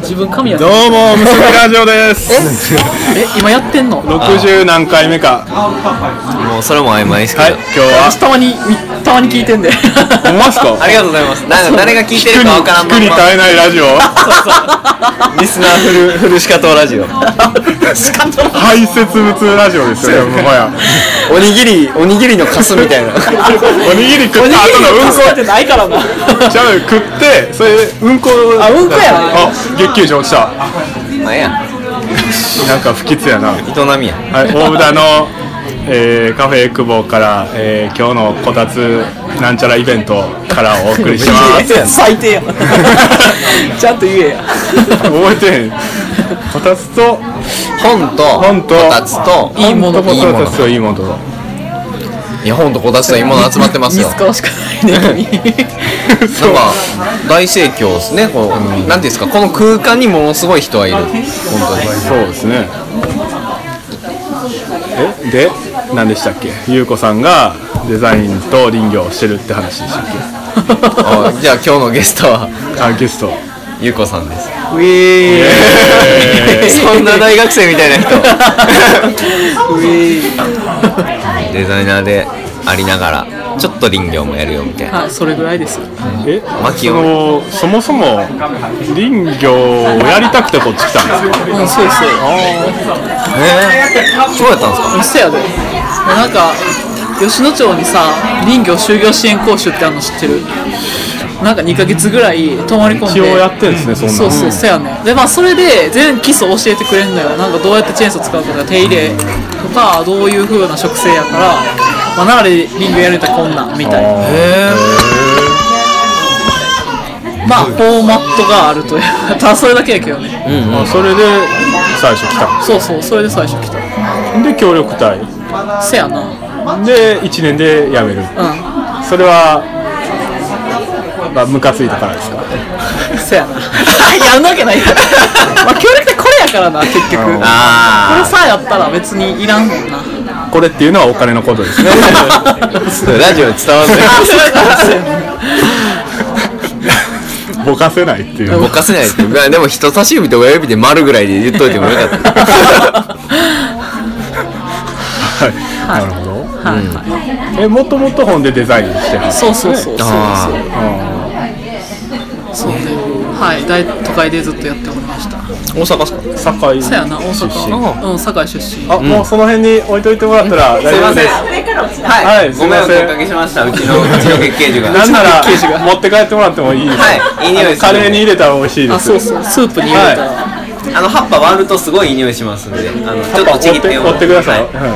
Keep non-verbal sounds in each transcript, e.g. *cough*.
自分神谷どうも、むすびラジオです。え今やってんの明60何回目か。はもうそれも曖昧ですけど、い、今日は。日たまにみたまに聞いて *laughs* んでほんまっすかありがとうございますなんか誰が聞いて聞くるにかわからん聞くに耐えないラジオ。リスナーフルフルシカトラジオ排泄物ラジオですよね、もはや。おにぎりおにぎりのカスみたいなおにぎり食った後のうんこ。てないからなちゃうよ食って、それでうんこ。あうんこやねあ、月給上落ちた。なんやなんか不吉やな。営みやはい、大宇田の、えーカフェ久保から、えー今日のこたつなんちゃらイベントからお送りし *laughs* ます。最低 *laughs* やちゃんと言えや覚えてへん。こたつと本と本とこたつといいものとこいいものたつといいものと。いや本とこたつといいもの集まってます見よつかわしかない *laughs* ね君なんか大盛況ですねこう、なんていうんですかこの空間にものすごい人はいる本そうですね。え、で、何でしたっけ、ゆうこさんがデザインと林業をしてるって話でしたっ当にあじゃあ今日のゲストはけ。あ、*laughs* ゲスト。ゆうこさんですウィーえそんな大学生みたいな人 *laughs* デザイナーでありながらちょっと林業もやるよみ *laughs* たいなあそれぐらいですよーえ牧そをのそもそも林業をやりたくてこっち来たんですかうんそうですえー、そうやったんですかそやでなんか吉野町にさ林業就業支援講習ってあるの知ってるなんか2ヶ月ぐらい泊まり込んで一応やってんですねそんなのそうそうそうやねでまあそれで全基礎教えてくれるのよなんかどうやってチェーンソー使うとか手入れとかどういう風な植生やからまあながら林業やるとこんなんみたいなえまあフォーマットがあるという *laughs* ただそれだけやけどねあそれで最初来たそうそうそれで最初来たんで協力隊せやなうんで1年で辞めるそれはまあムカついたからですかせやなやるわけないやろまあ協力ってこれやからな結局うんこれあさえあったら別にいらんもんなこれっていうのはお金のことですね *laughs* あラジオに伝わんないあそうやぼかせないっていう *laughs* ぼかせないっていうかでも人差し指と親指で丸ぐらいで言っといてもよかったはいなるほど、えもともと本でデザインしては *laughs* るそうそうそうそう *laughs* あそうねはい大都会でずっとやっておりました大阪っすかす堺さやな大出阪のうん堺出身あ、もうその辺に置いといてもらったら大い丈夫ませでんすははいすいませんご迷惑おかけしましたうちのうちの月桂樹がなん *laughs* なら持って帰ってもらってもいいですかはいいい匂いするカレーに入れたら美味しいですあそうそうスープに入れたらあの葉っぱ割るとすごいいい匂いしますんであのちょっあとち折ぎっってて折ってください、ははい、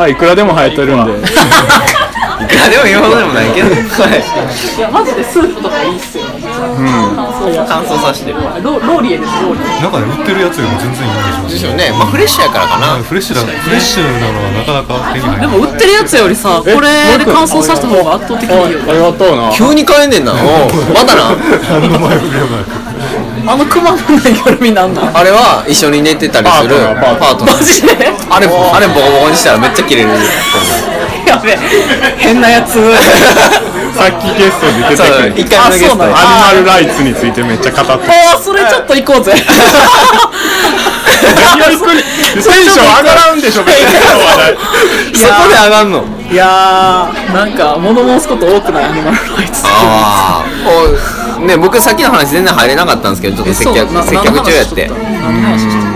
はい、いくらでも入ってるん *laughs* でいいやでも言うほどでもないけどはいいやマジでスープとかいいっすよ乾燥させてるロローリエですローリエ中で売ってるやつよりも全然いい匂いしますですよねまあフレッシュやからかなフレッシュだフレッシュなのはなかなか手に入でらないも売ってるやつよりさこえれで乾燥させた方が圧倒的にいいよありがとうな急に変えんね *laughs* んなおうまたな何の前触れもないあの熊本の夜見 *laughs* なんなんあれは一緒に寝てたりするパートナーパートナーマジであれあれボコボコにしたらめっちゃ切れるやべ変な *laughs* やつさっきゲストで出てそうき一た回目あそのゲストうなのアニマルライツについてめっちゃ語ってテあーそれちょっと行こう *laughs* ぜ *laughs* ンション上がらんでしょ別に今日はねそこで上がんの *laughs* いやーなんか物申すこと多くないアニマルライツああね僕さっきの話全然入れなかったんですけどちょっと接客接客中やって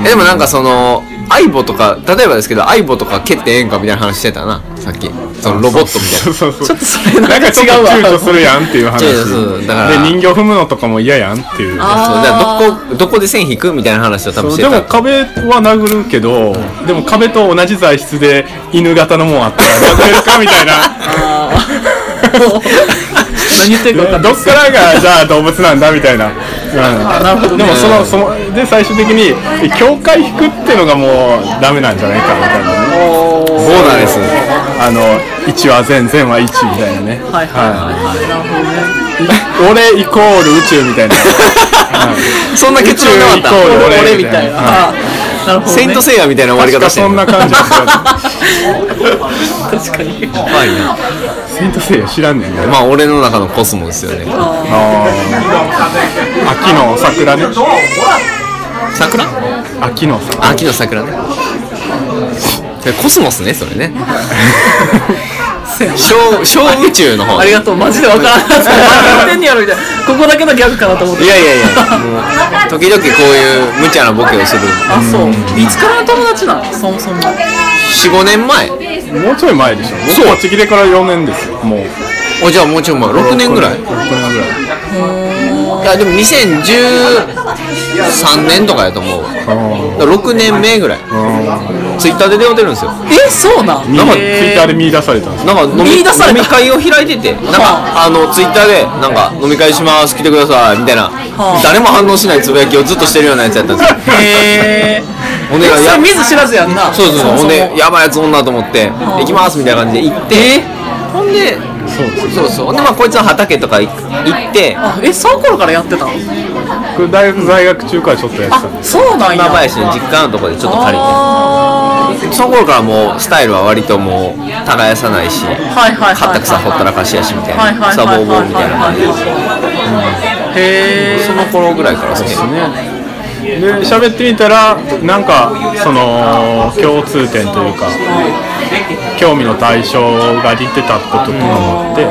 えでもなんかその相棒とか例えばですけど相棒とか蹴ってええんかみたいな話してたなさっきそのロボットみたいそうそうなそちうょっとそれななんんかかちょっ違うとわ躊躇するやんっていう話違うそうだからで人形踏むのとかも嫌やんっていうそうだからどこどこで線引くみたいな話を多分してでもた壁は殴るけどでも壁と同じ材質で犬型のもんあったら殴れるかみたいな *laughs* 何言って *laughs* るか分かんないどっからがじゃあ動物なんだみたいななるほど、でもそのそので最終的にえ境界引くってのがもうダメなんじゃないかみたいなそうなんですあの1は全全は1みたいな *laughs* ねはいはいはいはいなるほどね俺イコール宇宙みたいなそんな結論なかった宇宙イコール俺俺みたいなあーなるほどねセイントセイヤみたいな終わり確方かしてそんな感じですよ確かに怖いなセイントセイヤ知らんねんなまあ俺の中のコスモですよねあ秋の桜ね桜秋の桜秋の桜ねそれコスモスねそ *laughs* れね小小宇宙の方ありがとうマジでわから *laughs* んかった何やってんねやろみたいなここだけのギャグかなと思っていやいやいやもう時々こういう無茶なボケをするあそういつからの友達なのそもそも45年前もうちょい前でしょ僕そうはちぎれから4年ですよもうおじゃあもうちょい前6年ぐらい6年ぐらいいやでも2013年とかやと思うわだから6年目ぐらいツイッターで出会うてるんですよえそうなんみんなツイへーッターで見出されたんですよなんか飲み見出された飲み会を開いててなんかあのツイッターでなんか飲み会します来てくださいみたいな、あ誰も反応しないつぶやきをずっとしてるようなやつやったんですよへえお願いそやれ見ず知らずやんなそうそうそうもほんもでやばいやつ女と思って行きますみたいな感じで行ってほんでそうそうほんでまあこいつの畑とか行ってあえその頃からやってたの僕大学在学中からちょっとやってたんであそうなんや今林の実家のとこでちょっと借りてあーその頃からもうスタイルは割ともう耕さないしはいはいはいはい買った草ほったらかしやしみたいはいなはい草はいぼうぼはういみたいな感じでへえその頃ぐらいからですねで喋ってみたらなんかその共通点というか興味の対象が似てたこととかもあって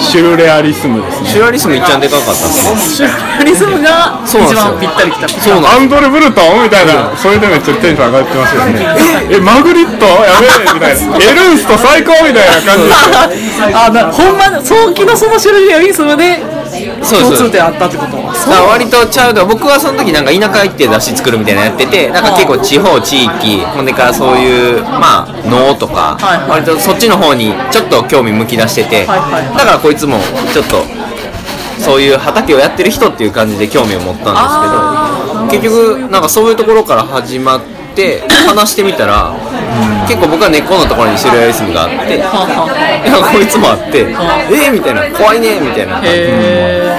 シュルレアリスムですねシュラリスムいっちゃんでかかったっすねシュ *laughs* プリズムが一そうなん番ですぴよったりきたそうなんアンドレ・ブルトンみたいなそれでめっちゃテンション上がってますよねえマグリットやべえみたいなエルンスト最高みたいな感じ *laughs* であなほんまに早期のその種類やリズムでそう共そ通う点あったってことはだから割とちゃうで僕はその時なんか田舎行って出汁作るみたいなのやっててなんか結構地方地域ほんでからそういうまあ能とかはいはい割とそっちの方にちょっと興味向き出しててだはいはいはいからこいつもちょっとそういう畑をやってる人っていう感じで興味を持ったんですけど結局なんかそういうところから始まって話してみたら結構僕は根っこのところにシルエリスムがあっていやははこいつもあってえーみたいな怖いねみたいな感じでへ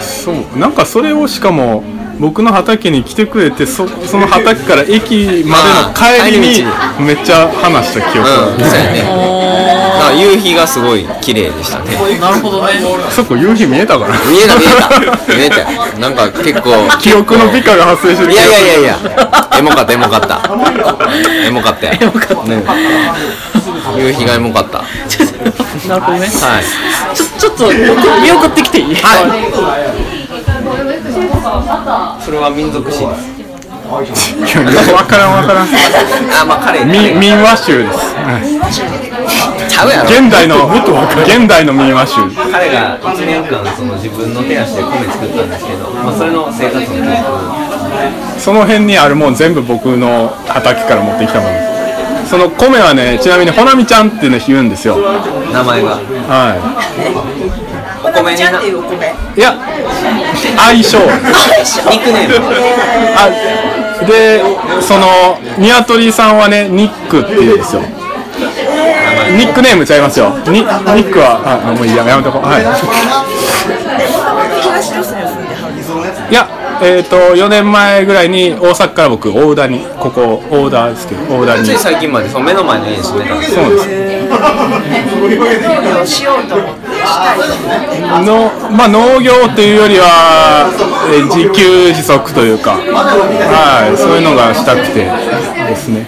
そうなんかそれをしかも僕の畑に来てくれてそその畑から駅までの帰りにあめっちゃ話した記憶があうん、る、そうやね。なんか夕日がすごい綺麗でしたね。 *laughs* えなるほどねそこ夕日見えたかな見えた見えた。見えたよ。なんか結構。記憶の美化が発生してるいやいやいやいや。エモかったエモかった。エモかったよ。エモかった。夕日がエモかった。はちょっとなるほどねい。ちょちょっと見送ってきていいはい。それは民族史。わからんわからんあ、まあ彼。み民話集です、はいちゃうやろ。現代の現代の民話集彼が1年間その自分の手足で米作ったんですけど、まあ、それの生活の記録その辺にあるもん全部僕の畑から持ってきたものですその米はねちなみにほなみちゃんっていうの言うんですよ名前がはお米にないうや相性ニックネームあでそのニワトリさんはねニックっていうんですよニックネームちゃいますよニニックはああもういいややめとこうはいいやえっ、と4年前ぐらいに大阪から僕大田にここ大田ですけど大田につそい最近までその目の前の家に住んでたんですよ。うですの *laughs* まあ農業っていうよりは、えー自給自足というかはいそういうのがしたくてですね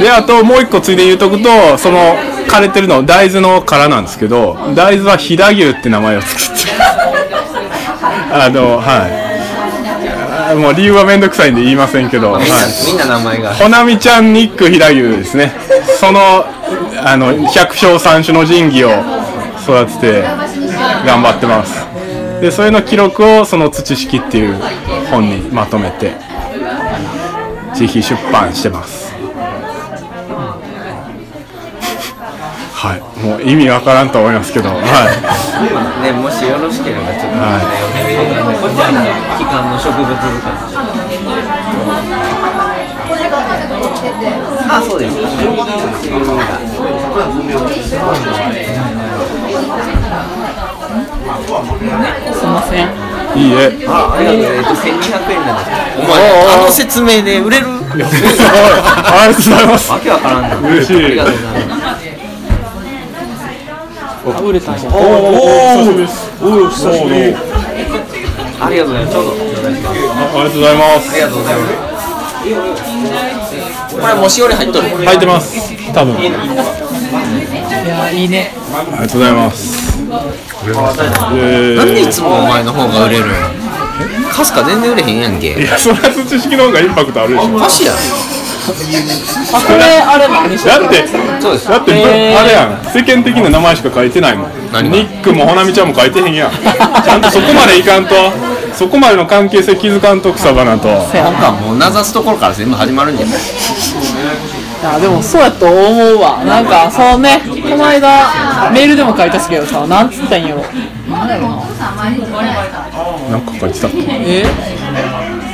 であともう一個ついで言うとくとその枯れてるの大豆の殻なんですけど大豆は飛騨牛って名前を作って *laughs* あのはいあもう理由はめんどくさいんで言いませんけど、はい、みんな名前が。ほなみちゃんニック飛騨牛ですねそのあの百姓三種の神器を育てて頑張ってますでそれの記録をその土式っていう本にまとめて自費出版してますはいもう意味わからんと思いますけどはいねもしよろしければちょっとは読んでみてくださいこちらの期間の植物図鑑あそうですすいませんいいえあありがとうえっと1200円なんですお *laughs* 前、あの説明で売れるありがとうございますわけわからんな嬉しいありがとうございますあ売れたんやおおおおおおおおありがとうございます。ちょうどお願いします。あありがとうございますりがとうございます。これもしおり入っとる入ってます多分ありいやーいいねがとうございますえなんでいーつもお前の方が売れるんかすか全然売れへんやんいけやそりゃ知識の方がインパクトあるでしょおかしいやんあこれあれも西だってそうですだって、えーあれやん世間的な名前しか書いてないもん何がニックもほなみちゃんも書いてへんやんちゃんとそこまでいかんとそこまでの関係性気づかんと草花となんかもうなざすところから全部始まるんじゃない *laughs* あでもそうやと思うわなんかそうねこの間メールでも書いたっすけどさなんつったんやろなんか書いてたえ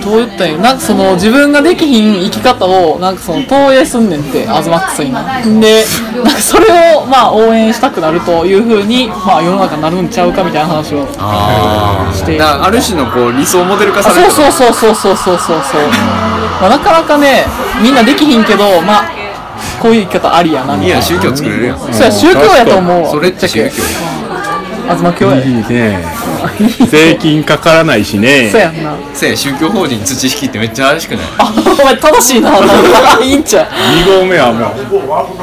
どう言ったんやろなんかその自分ができひん生き方をなんかその投影すんねんってアズマックスになでなんかそれをまあ応援したくなるというふうにまあ世の中になるんちゃうかみたいな話をあしてあある種のこう理想モデル化あされそるうそうそうそうそうそうそうそう、まあ、なかなかねみんなできひんけどまあこういう生き方ありやなみいたいやな宗教作れるやんそうや宗教やと思うわそれっちゃ宗教東教やいいね税金かからないしねそうやんなせや宗教法人土引きってめっちゃ怪しくないあお前正しいななんかいいんちゃう2合目はもう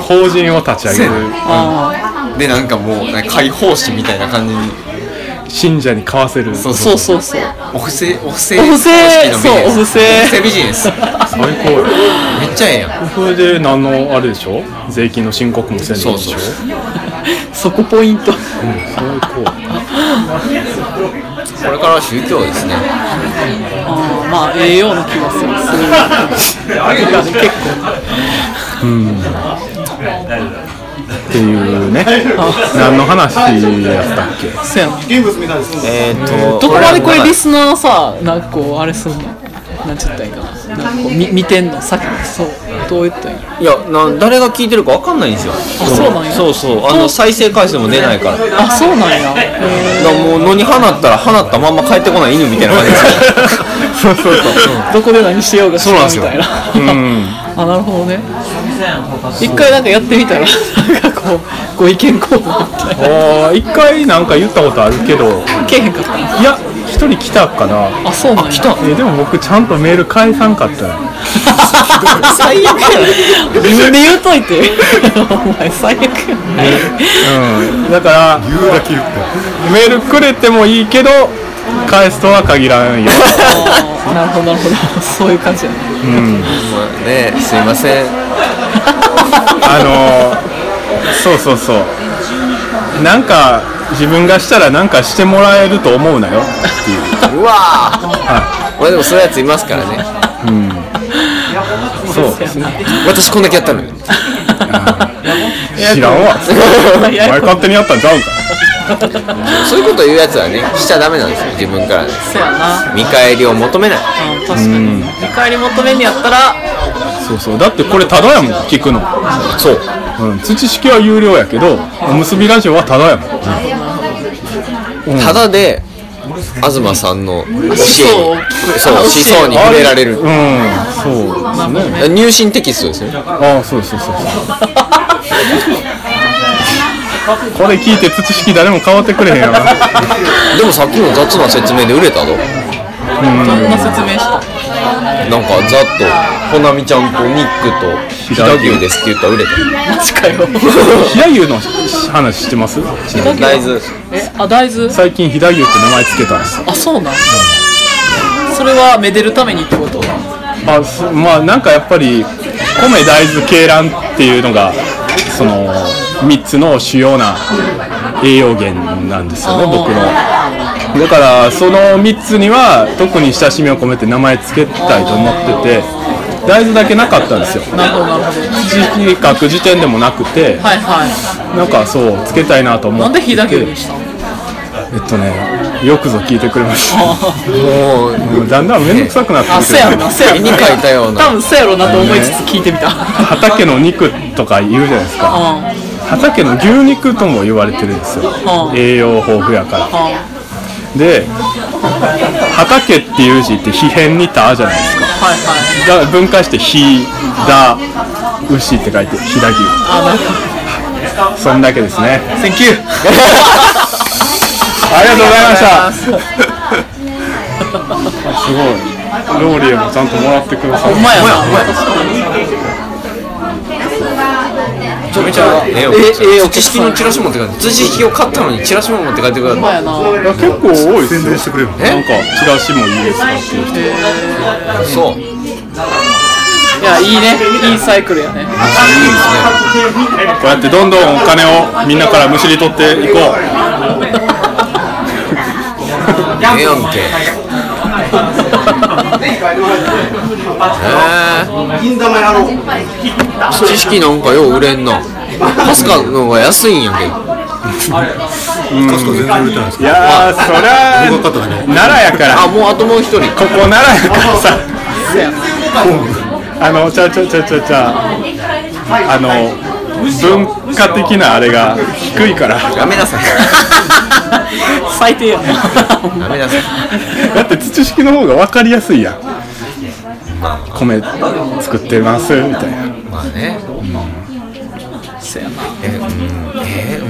法人を立ち上げるあでなんかもうなんか解放誌みたいな感じに信者に買わせるそうーそそううそうそうお布施お布施お布施方式のビジネスそうお布施お布施ビジネスめ最高よっちゃええやんそれで何のあれでしょ税金の申告もせんのそうでしそょうそこポイント最高これからは宗教ですねあーまあええような気がするそういうの結っていう *laughs* ね何の話やったっけ構そうやなえっとどこまでこれリスナーさなんかこうあれすんのなんちゃったらいいかななんかこうみ見てんのさっきそうどう言ったらいいのいやな誰が聞いてるかわかんないんですよあそうなんやそうそうあの再生回数も出ないからだかあそうなんやへーらもう野に放ったら放ったまんま帰ってこない犬みたいな感じですよそうそうそうどこで何してようが知らんみたいな *laughs* うん *laughs* あなるほどね一回なんかやってみたらなんかこうご意見交換みたいなあー一回なんか言ったことあるけどけえへんか *laughs* ったいや一人来たかなあそうなんや来たえでも僕ちゃんとメール返さんかったよ最悪や自分で言うとい *laughs* てお前最悪やうんだから言うだけ言ったメールくれてもいいけど返すとは限ら *laughs* んよあーなるほどなるほどそういう感じやね *laughs* ねすいませんあのーそうそうそうなんか自分がしたらなんかしてもらえると思うなよって *laughs* いううわぁまあでもそういうやついますからねそうですね私こんだけやったのよ知らんわお前勝手にやったんちゃうんかそういうこと言うやつはねしちゃダメなんですよ自分からねそうやな見返りを求めないうん確かに見返り求めんにやったらそうそうだってこれただやもん聞くのそううん、土式は有料やけどおむすびラジオはただやもんただで東さんの教えにそうそう思想に触れられるうんそうですね入信テキストですねああそうそうそうそうこれ聞いて土式誰も変わってくれへんやろでもさっきの雑な説明で売れたぞどんな説明したなんかざっとほなみちゃんとニックと飛騨牛ですって言ったら売れマジかよ飛騨牛の話してますた大豆えあ大豆最近飛騨牛って名前つけたんですよあそうなんそれはめでるためにってことあそまあなんかやっぱり米大豆鶏卵っていうのがその3つの主要な栄養源なんですよね僕のだからその3つには特に親しみを込めて名前つけたいと思ってて大豆だけなかったんですよなるほどなるほど自覚時点でもなくてはいはいなんかそうつけたいなと思なっんてでて飛騨牛にしたのえっとねよくぞ聞いてくれました *laughs* もうもうだんだん面倒くさくなってあきそうやろなそうやろ絵にな描いたような多分そうやろなと思いつつ聞いてみた畑の肉とか言うじゃないですかうん畑の牛肉とも言われてるんですようん栄養豊富やからうんで畑っていう字って皮変に「た」じゃないですかはいはいだから分解して「ひ」「だ」「牛」って書いて「ひだ牛」あなるほどそんだけですね *laughs* Thank you ありがとうございましたすごいローリエもちゃんともらってくださいほんまやなめちゃめちゃええよえええよ土式のチラシ持って帰って土式を買ったのにチラシも持って帰ってくだほんまさいやないや結構多いです宣ね伝してくれるのえなんかチラシもいいですかっていう人そういいいやいい *laughs* ねいいサイクルやねですこうやってどんどんお金をみんなからむしり取っていこうねええやんけ *laughs* ええ土式なんかよう売れんなパスカの方が安いんやけどコスト全然売れてないですいけどやーそりゃ僕が買っただけ奈良やからあこもうあともう一人こ奈良やからさあのちゃうちゃうちゃうちゃうちゃうあの文化的なあれが低いからやめなさい最低やな *laughs* やめなさいだって土式の方が分かりやすいやん米作ってますみたいなまあね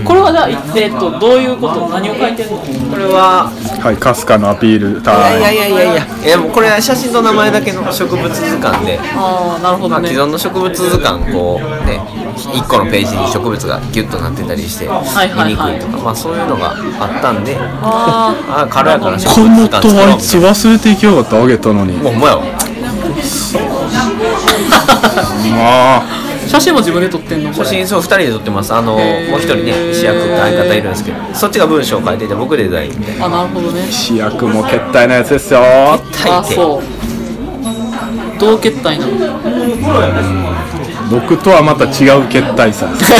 これはじゃあ、えっと、どういうこと何を書いてんのこれははいかすかのアピールいやタイいムやいやいやいやもうこれは写真と名前だけの植物図鑑でああなるほどね既存の植物図鑑こうね1個のページに植物がギュッとなってたりして見いはいにくいとかまあそういうのがあったんであーああ軽やかな植こん物な図と鑑あいつ忘れていきよかったあげたのにもうほんまやわまあ写真も自分で撮ってんのこ写れ真そう2人で撮ってますあのもうへー1人ね主役って相方いるんですけどそっちが文章を書いてて僕デザインみたいなあなるほどね主役も決体なやつですよ大あ抵そう同決体なの僕とはまた違う決体さです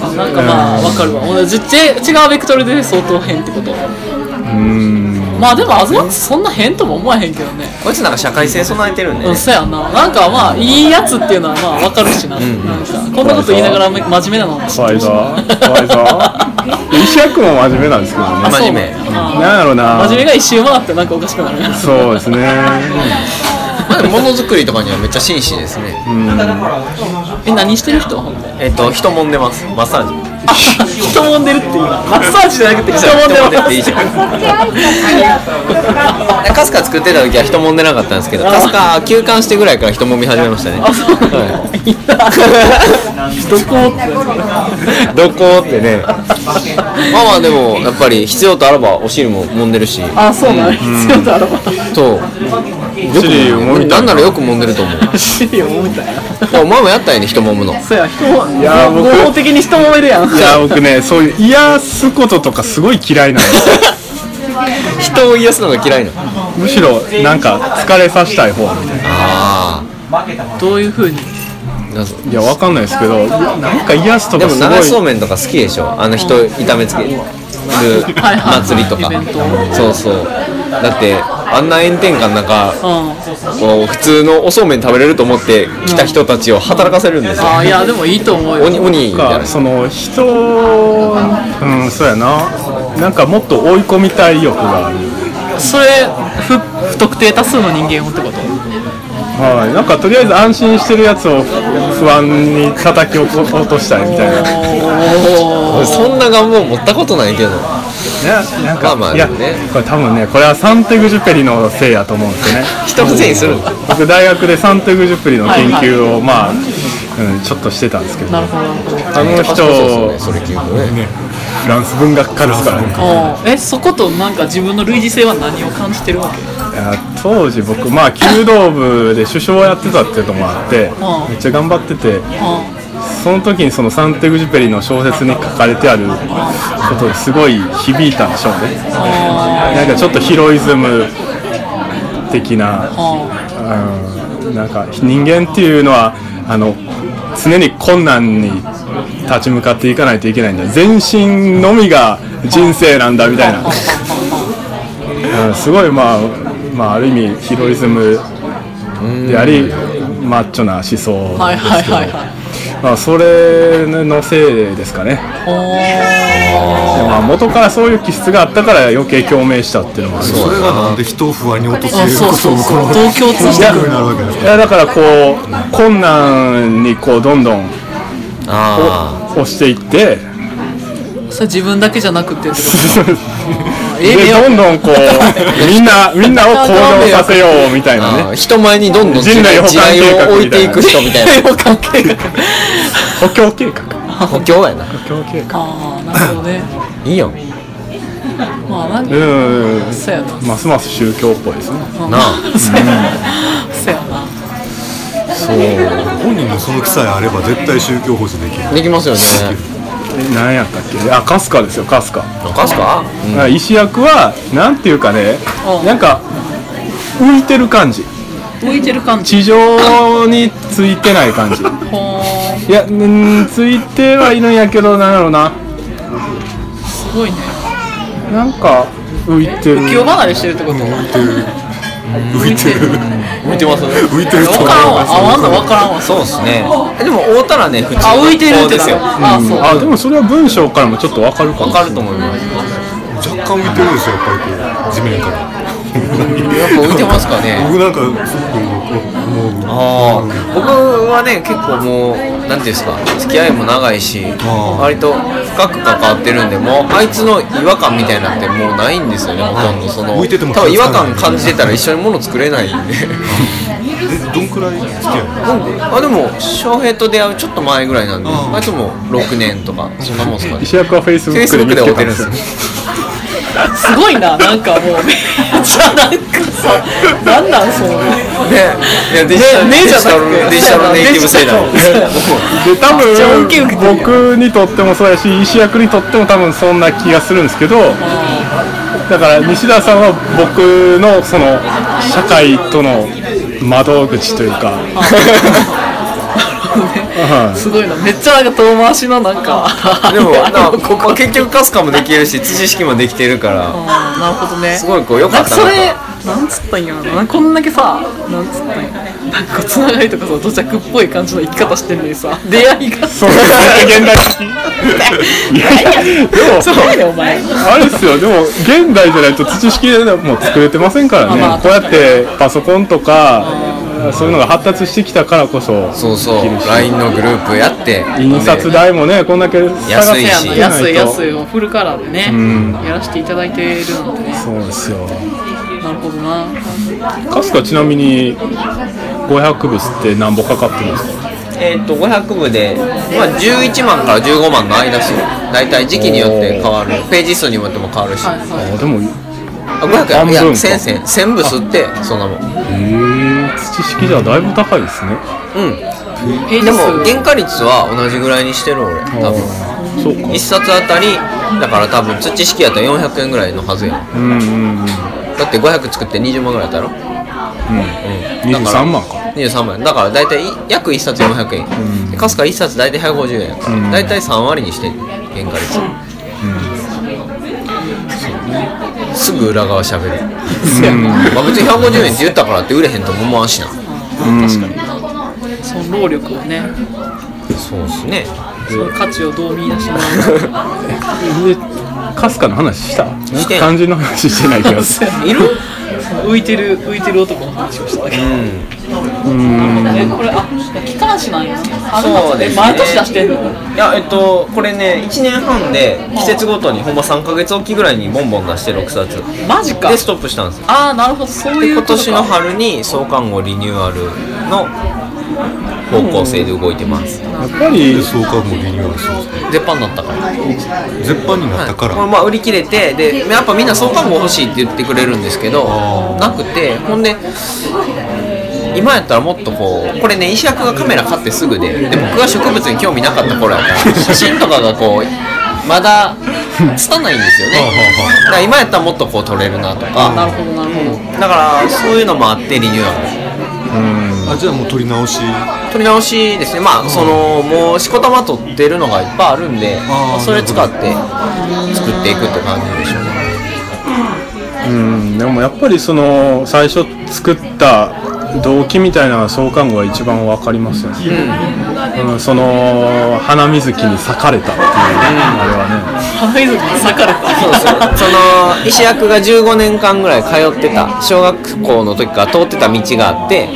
あなんかまあわかるわ同じち違うベクトルで相当変ってことうんまあでもアズマックスそんな変とも思わへんけどねこいつなんか社会性備えてるんでうねんそうやんななんかまあいいやつっていうのはまあわかるしな,、なんかこんなこと言いながらめ真面目なの怖いぞ怖いぞ石役も真面目なんですけどね真面目なんやろうな真面目が一周回ってなんかおかしくなるそうですね *laughs* まあでもものづくりとかにはめっちゃ真摯ですねえ何してる人ほんでえっと人もんでますマッサージ人もんでるっていう *laughs* マッサージじゃなくて人もんで人もまんでっていいじゃんカスカ作ってた時は人もんでなかったんですけどカスカ休館してぐらいから人もみ始めましたねあそう *laughs* なんだはいいな *laughs* 人こうって *laughs* どこっ *laughs* てねまあまあでもやっぱり必要とあらばお汁も揉んでるしあそうなん必要とあればとお尻を揉みたないんならよく揉んでると思うシリオみたいなお前もやったよね人揉むのそうや人もんや僕合法的に人もめるやんいや僕ねそういう癒すこととかすごい嫌いなん *laughs* です人を癒すのが嫌いなのむしろなんか疲れさせたい方みたいなあどういうふうにあなぞいやわかんないですけどいやなんか癒すとでかもす流しそごういめんとか好きでしょあの人痛めつける祭りとかイベントそうそうだってあんな炎天下の中うんこう普通のおそうめん食べれると思って来た人たちを働かせるんですよあいやでもいいと思うよ鬼鬼みたいかなその人うんそうやななんかもっと追い込みたい欲があるそれ不不特定多数の人間をってことはいなんかとりあえず安心してるやつを不安に叩き落と落としたいみたいなねおーそんな願望持ったことないけどなんまか、あまあいやねこれ多分ねこれはサンテグジュペリのせいやと思うんですよね人のせいにするの僕大学でサンテグジュプリの研究をまあ、うん、ちょっとしてたんですけどなるほどなるほどあの人そうそうねそれ聞くとねフランス文学家ですからねおーえそことなんか自分の類似性は何を感じてるわけいや当時僕まあ弓道部で首相をやってたっていうのもあってうんめっちゃ頑張っててうその時にそのサンテグジュペリの小説に書かれてあることがすごい響いたんでしょうねなんかちょっとヒロイズム的なうんなんか人間っていうのはあの常に困難に立ち向かっていかないといけないんだ全身のみが人生なんだみたいな、うんすごい、まあ、まあある意味ヒロイズムでありマッチョな思想ですけど、はいはいはいはいまあ、それのせいですかねでまあ元からそういう気質があったから余計共鳴したっていうのもあるしそれがなんで人を不安に陥あれるそうことそうをそこう同の共通してになるわけですいやだからこう困難にこうどんどんあ押していってそれ自分だけじゃなくてってこそえでどんどんこうみんなみんなを行動させようみたいなあーね人前にどんどん人類補時完代計画を置みいたていいなく人みたいな補完計画補強計画補強やな補強計画 *laughs* ああなるほどねいいやんまあなんうかんそうやなますます宗教っぽいですねなあ *laughs* そうやなそうやな本人のその気さえあれば絶対宗教保持できるできますよねえ何やったっけあカスカですよカスカおかしか石役はなんていうかねうんなんか浮いてる感じ浮いてる感じ地上についてない感じほーいやうんついてはいるんやけどなんやろうなすごいねなんか浮いてる浮世離れしてるってこと浮いてる浮いてます浮いてると分思からんわうああんな分からんわそうですねえでも会うたらね普通あ浮いてるってですよなわあそうあでもそれは文章からもちょっとわかるかもかると思います若干浮いてるんですよやっぱりこう地面からやっぱ浮いてますかね僕なんかすごくもうもうああ僕はね結構もうなんていうんですか付き合いも長いしあー割と深く関わってるんでもうあいつの違和感みたいなのってもうないんですよねほとんどその浮いてても多分気違が和つかない感感じてたら一緒に物作れないんでえどんくらい付き合いなのあでも翔平と出会うちょっと前ぐらいなんであいつも6年とかそんなもんですかね石役はフェイスブックで Facebook 見つでけ会うたてんるでんですすよよすごいななんかもうめっちゃなんかさなんなんそのね、いやデジタル、ねねじゃなくてデジタルネイティブ世代。で多ちゃ恩分恵受けてるやん僕にとってもそうやし石役にとっても多分そんな気がするんですけどだから西田さんは僕のその社会との窓口というか、はいすごいなめっちゃなんか遠回しのなんかでも、あなのここ結局カスカもできるし、知識もできてるから、あーなるほどねすごいこう良なかんっかたそなと。れなんつったんやろなこんだけさなんつったんやなんかつながりとかさ土着っぽい感じの生き方してるのにさ出会いが *laughs* そうですね現代的いやいやでもすごいねお前あれですよでも現代じゃないと土式でもう作れてませんからね、まあまあこうやってパソコンとかそういうのが発達してきたからこそそうそう、LINE のグループやって、印刷代もねこんだけ下がっ安ていきしてやないの安とい安いをフルカラーでね、んやらせていただいてるのでねそうですよなるほどなかすかちなみに500部って何ぼかかってるんですかえっと、500部で、まあ、11万から15万の間ですよ。だいたい時期によって変わる。ページ数によっても変わるし。はいあはいあでも500や、半分いや、か1000、千1000部吸って、そんなもん。えー、土式じゃだいぶ高いですねうん。えでも、原価率は同じぐらいにしてる、俺。多分。そうか1冊あたり、だから多分、土式やったら400円ぐらいのはずやん。うんうんうんだって500作って20万ぐらいだろ23万か23万だから大体約1冊400円でかすか1冊大体150円やから、大体3割にして原価率、そうすぐ裏側しゃべる、まあ、別に150円って言ったからって売れへんとも思わんしなその労力をねそうっすねその価値をどう見出してもらうのかでかすかの話したして漢字の話してない気がするいる浮いてる浮いてる男の話をしただけ、えこれあ機関誌なんやあるそうのですね毎年出してんのいやえっとこれね1年半で季節ごとにほんま3ヶ月おきぐらいにボンボン出して6冊マジかでストップしたんですよああなるほどそうでいう今ことか年の春に創刊号リニューアルの方向性で動いてます、やっぱりそうかもうリニューアルするんです絶版になったから、はい、ね絶版になったからこれまあ売り切れてでやっぱみんな創刊号欲しいって言ってくれるんですけどなくてほんで今やったらもっとこうこれね石役がカメラ買ってすぐでで僕が植物に興味なかった頃や *laughs* から写真とかがこうまだ拙ないんですよねだから今やったらもっとこう撮れるなとなるかほどなるほどだからそういうのもあってリニューアルあじゃあもう撮り直し取り直しですねまあそのもうしこたま取ってるのがいっぱいあるんでまあそれ使って作っていくって感じでしょうねうんでもやっぱりその最初作った動機みたいなのが創刊号が一番わかりますよね、うんその花水木に裂かれたっていう、あれはね花泉に裂かれたそうそうその石役が15年間ぐらい通ってた小学校の時から通ってた道があって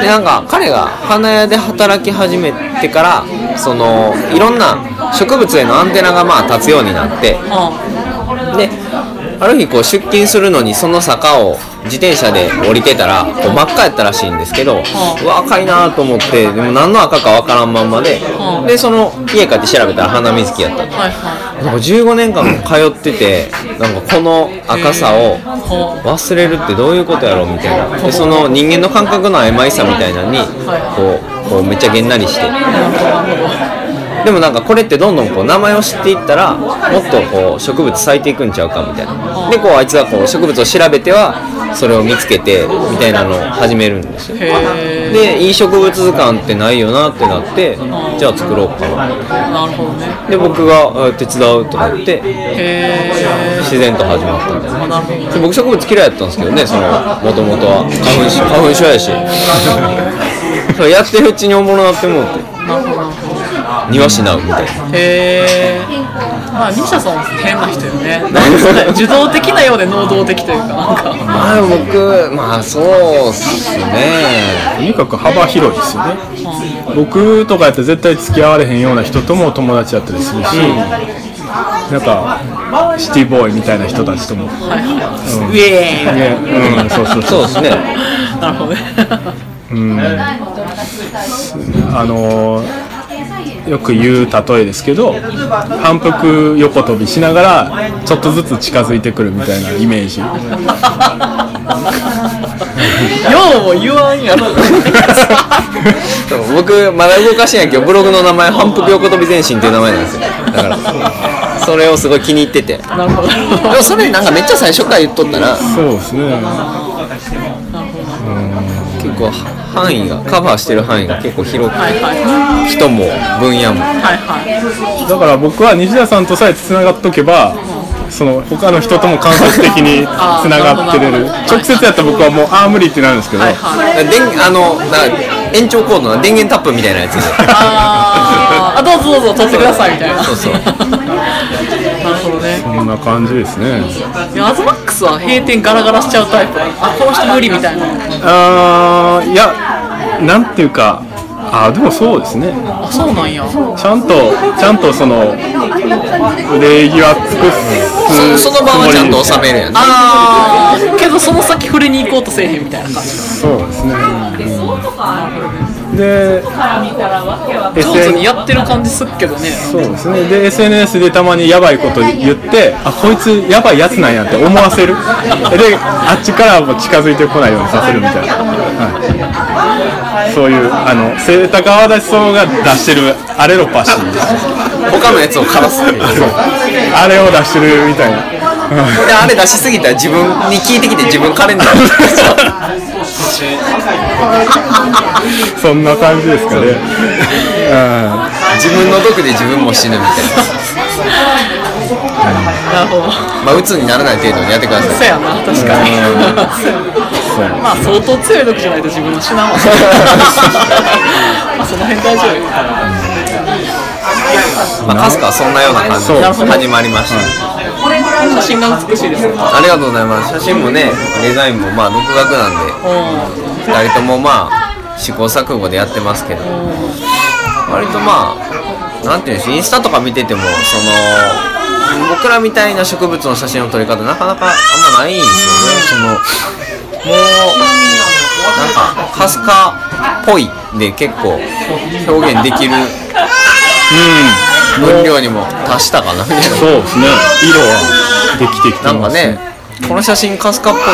でなんか彼が花屋で働き始めてからそのいろんな植物へのアンテナがまあ立つようになってあである日こう出勤するのにその坂を自転車で降りてたらこう真っ赤やったらしいんですけど、うわ赤いなと思ってでも何の赤かわからんまんまで、うんでその家帰って調べたら花水木やったとはいはなんか15年間通っててなんかこの赤さを忘れるってどういうことやろみたいなでその人間の感覚の曖昧さみたいなのにこうこうめっちゃげんなりしてでもなんかこれってどんどんこう名前を知っていったらもっとこう植物咲いていくんちゃうかみたいなでこうあいつはこう植物を調べてはそれを見つけてみたいなのを始めるんですよい。へえ。でいい植物図鑑ってないよなってなってじゃあ作ろうかななるほどね。で僕があ手伝うとか言っへてえ。自然と始まったみたいななるほど。で僕植物嫌いだったんですけどねそのもともとは花粉症花粉症や *laughs* しそれやってるうちにおもろなってもうて庭師なうみたいなへえ。まあ、ミシャさんも変な人よ *laughs* ね。なんですかね受動的なようで能動的というか、なんか。まあ僕まあそうっすねとにかく幅広いですよね僕とかやったら絶対付き合われへんような人とも友達やったりするし、なんかシティボーイみたいな人たちとも、ウェーイ *laughs* ねうん、そうそうそそううっすねなるほどね。 *laughs* あのーよく言う例えですけど反復横跳びしながらちょっとずつ近づいてくるみたいなイメージようも言わんやろ。でも僕まだ動かしてないけどブログの名前反復横跳び前進っていう名前なんですよだからそれをすごい気に入っててでなるほど。もそれなんかめっちゃ最初から言っとったらそうですね結構範囲がカバーしてる範囲が結構広くはいはい。人も分野もはいはい。だから僕は西田さんとさえつながっとけばその他の人とも間接的につながってれるあー直接やったら僕はもうああ無理ってなるんですけど、電あのな延長コードの電源タップみたいなやつであーあ、どうぞどうぞ、撮ってくださいみたいな。そうそうなるほどね。こんな感じですねいやアズマックスは閉店ガラガラしちゃうタイプ。あ、この人無理みたいな。あーいやなんていうかあーでもそうですねあ、そうなんや。ちゃんとちゃんとその礼儀は尽くすそその場はちゃんと収めるやんねあーけどその先触れに行こうとせえへんみたいな感じそうですね、で上手にやってる感じすっけどねそうですねで SNS でたまにやばいこと言ってあこいつやばいやつなんやって思わせるであっちからも近づいてこないようにさせるみたいな、はい、そういうあのセータ川田そうが出してるアレロパシー他のやつを枯らすっていうそうあれを出してるみたいなであれ出しすぎたら自分に聞いてきて自分カレンダーにそんな感じですかね自分の毒で自分も死ぬみたいなるほどなまあ鬱にならない程度にやってくだそさいやな確かにそうやまあ相当強い時じゃないと自分の死な *laughs* もんまあその辺大丈夫よまあかすかはそんなような感じでそう始まりました *laughs* 写真が美しいですよありがとうございます写真もねデザインもまあ独学なんで2人ともまあ試行錯誤でやってますけど割とまあなんていうんですインスタとか見ててもその僕らみたいな植物の写真の撮り方なかなかあんまないんですよねそのもうなんかかすかっぽいで結構表現できるうん分量にも達したかなみたいなそうですね色はできてきてなんかますね、この写真カスカっぽいね。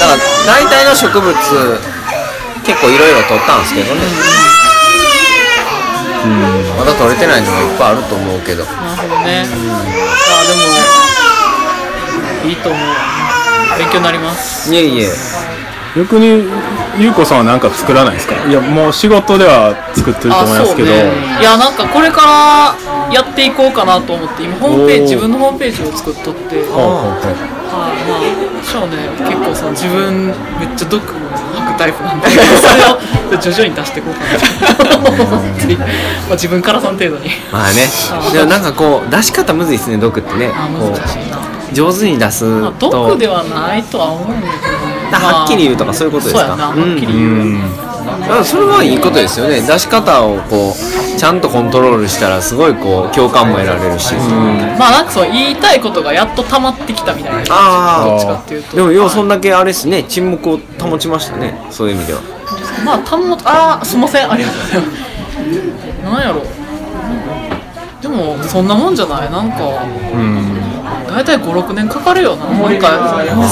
だから大体の植物結構いろいろ撮ったんですけどね。まだ撮れてないのもいっぱいあると思うけど。なるほどねあでもいいと思う勉強になりますいえいえ。逆に優子さんは何か作らないですかいやもう仕事では作ってると思いますけど、いやなんかこれからやっていこうかなと思って今ホームページお自ー分のホームページを作っとってほうほうほうはい、まあ、そうね、結構その自分めっちゃ毒を吐くタイプ *laughs* なんで、それを徐々に出していこうかなと思 *laughs* って、まあ自分からその程度に。まあね。でもなんかこう、出し方むずいですね、毒ってね。あこ難しういな。上手に出すまあ、と。毒ではないとは思うんだけどね。まあはっきり言うとかそういうことですかそうやな、はっうんきり言うやつ。あそれはいいことですよね出し方をこうちゃんとコントロールしたらすごいこう共感も得られるし、まあなんかそう言いたいことがやっと溜まってきたみたいなどっちかあっていうとあでもようそんだけあれですね沈黙を保ちましたねそういう意味ではまあたんもあーすいませんありがとうございますなんやろでもそんなもんじゃないなんか大体56年かかるよなもう一回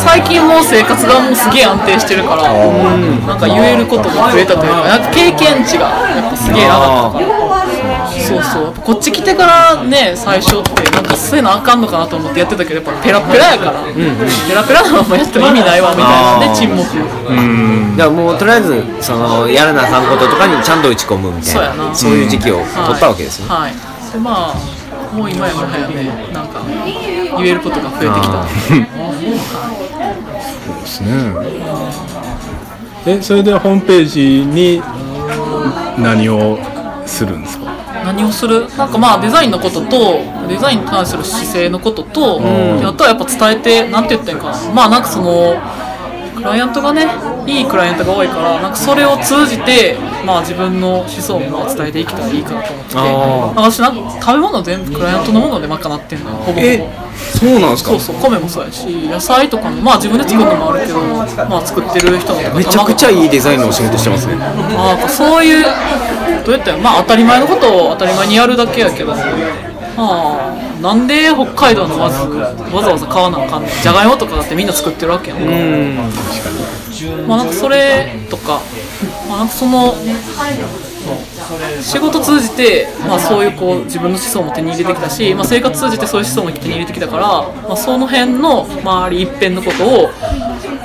最近もう生活がもうすげえ安定してるからなんか言えることが増えたというかなんか経験値がやっぱすげえ上がったからそうそうやっぱこっち来てからね最初ってなんかせなあかんのかなと思ってやってたけどやっぱペラペラやからペラペラなままやっても意味ないわみたいなんで沈黙だからもうとりあえずそのやらなあかんこととかにちゃんと打ち込むみたいそうやななそういう時期を取ったわけですよね、はい、でまあもう今やもはやねなんか言えることが増えてきたえそれでホームページに何をするんですか何をするなんかまあデザインのこととデザインに関する姿勢のことと、あとはやっぱ伝えてなんて言ったらいいんかなまあなんかそのクライアントがねいいクライアントが多いからなんかそれを通じて、まあ、自分の思想も伝えていけたらいいかなと思っててあ私なんか食べ物全部クライアントのもので賄ってんのよほぼほぼ。そうなんですそうそう米もそうやし野菜とかもまあ自分で作るのもあるけどまあ作ってる人のとかめちゃくちゃいいいデザインのお仕事してますねあなんかそういうどうやったらまあ当たり前のことを当たり前にやるだけやけどまあなんで北海道のわざわざわざ買わなあかんねんじゃがいもとかだってみんな作ってるわけやんかまあなんかそれとか,、まあ、なんかその仕事通じて、まあ、そういうこう自分の思想も手に入れてきたし、まあ、生活通じてそういう思想も手に入れてきたから、まあ、その辺の周り一辺のことを、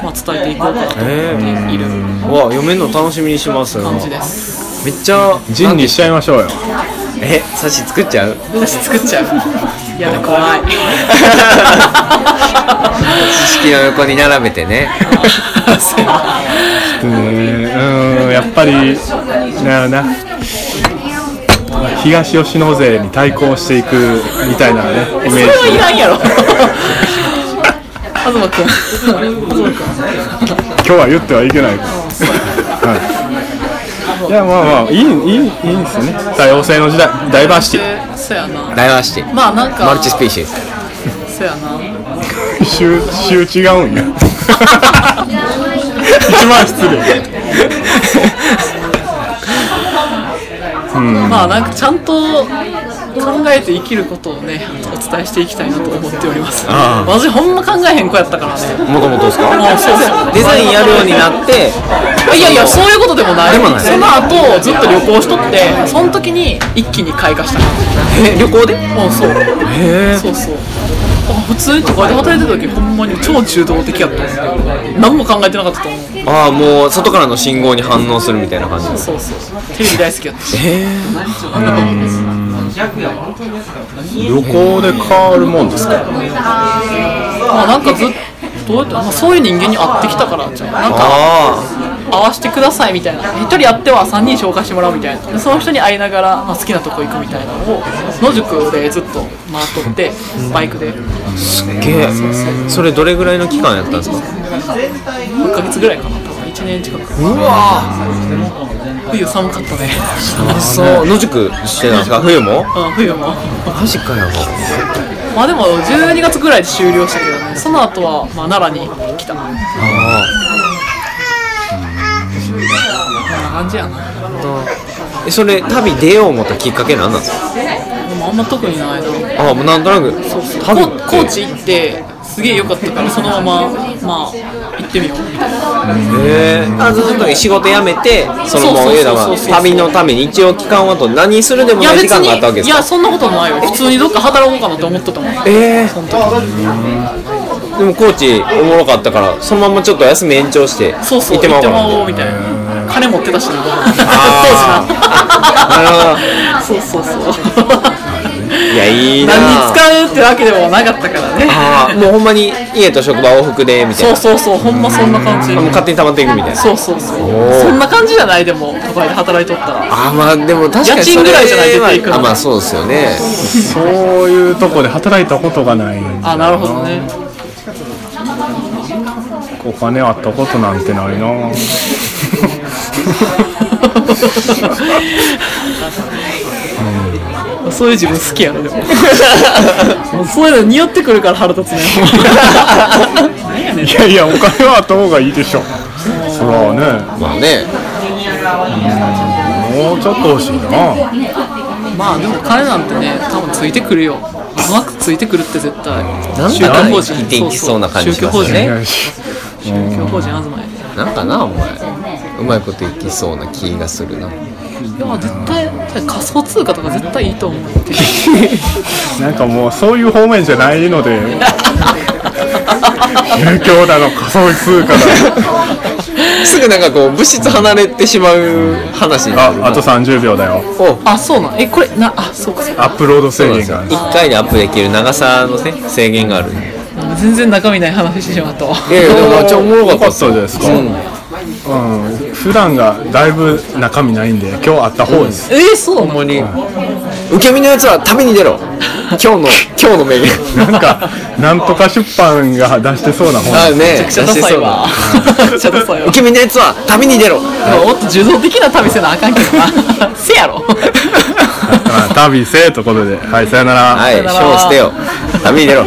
まあ、伝えていこうかなと思っているわあ読めるの楽しみにします感じです。めっちゃジンにしちゃいましょうよえサシ作っちゃう私作っちゃう。いやだ怖い。知識の横に並べてねうーんやっぱりなな東吉野勢に対抗していくみたいなねイそれメーはいジらん *laughs* やろ。あずまくん。今日は言ってはいけないから、はい、いやまあまあいいいいいいんですよね多様性の時代ダイバーシティでそうやな。ダイバーシティまあなんか。マルチスピーシーズそうやな。週週違うんや *laughs* 一番失礼まあなんかちゃんと考えて生きることをねお伝えしていきたいなと思っております私ほんま考えへん子やったからねもともとですかもうそうそうデザインやるようになっていやいやそういうことでもないでもないその後ずっと旅行しとってその時に一気に開花したえ旅行でもうそうそうそうあ普通に都会で働いてた時ほんまに超中道的やったもんね何も考えてなかったと思うああもう外からの信号に反応するみたいな感じですそうそうテレビ大好きやったし旅行で変わるもんですかまあなんかずっとどうやって、まあ、そういう人間に会ってきたからじゃんなんかあ合わせてくださいみたいな1人会っては3人紹介してもらうみたいなでその人に会いながら、まあ、好きなとこ行くみたいなのを野宿でずっと回っとってバイクで1あげえそれどれぐらいの期間やったんですかヶ月ぐらいかな多分1年近くうわ冬寒かったね、 *laughs* そう野宿してたんですか冬うもん、冬もマジかよまあでも12月ぐらいで終了したけどねその後はまあ奈良に来たなこんな感じやなえそれ旅出よう思ったきっかけなんなんですかでもあんま特にないなああもうなんとなくこ旅って高知行ってすげえ良かったからそのまままあ行ってみようみたいなへえあその時仕事辞めてそのもう言うたらそうそうそうそう旅のために一応期間はと何するでもいやない時別間にがあったわけでいすかやそんなことないよ普通にどっか働こうかなって思っとったもんいええでもコーチおもろかったからそのまんまちょっと休み延長してそうそう行ってまおうかな行おうみたいな金持ってたしなあ当時なそうそうそういやいいな何に使うってわけでもなかったからねああもうほんまに家と職場往復でみたいそうなそうそうほんまそんな感じもう勝手に溜まっていくみたいなそうそうそうそんな感じじゃないでも都会で働いとったらああまあでも確かに家賃それぐらいじゃない出ていくのあまあそうですよねそういうとこで働いたことがないあなるほどねお金あったことなんてないな *laughs* そういう自分好きやろでもも *laughs* うそういうの匂ってくるから腹立つね何やねんいやいやお金はあった方がいいでしょそらねまあねもうちょっと欲しいなまあでも金なんてね多分ついてくるようまくついてくるって絶対なんだか生きていきそうな感じし宗教ます法よ人ね宗教法人東やでなんかなお前うまいこといきそうな気がするないや絶対仮想通貨とか絶対いいと思うってなんかもうそういう方面じゃないの *laughs* で宗教だの仮想通貨だのすぐなんかこう物質離れてしまう話になるああと30秒だよおあそうなんえこれなあそうかそうかアップロード制そうで限すがある1回でアップできる長さのね制限があるい全然中身ない話してしまったわやいやでもめっちゃおもろかよったかっっすたよですか、うん普段がだいぶ中身ないんで今日あった方です、えー、そうなのに受け身のやつは旅に出ろ今 *laughs* 日の今日のメニューなんかなんとか出版が出してそうな本あねちゃダサいわ *laughs* めっちゃダサいわ *laughs* 受け身のやつは旅に出ろもっと受動的な旅せなあかんけどな *laughs* せやろまあ旅せえということではいさよなら、はいさよなら賞を捨てよ旅に出ろ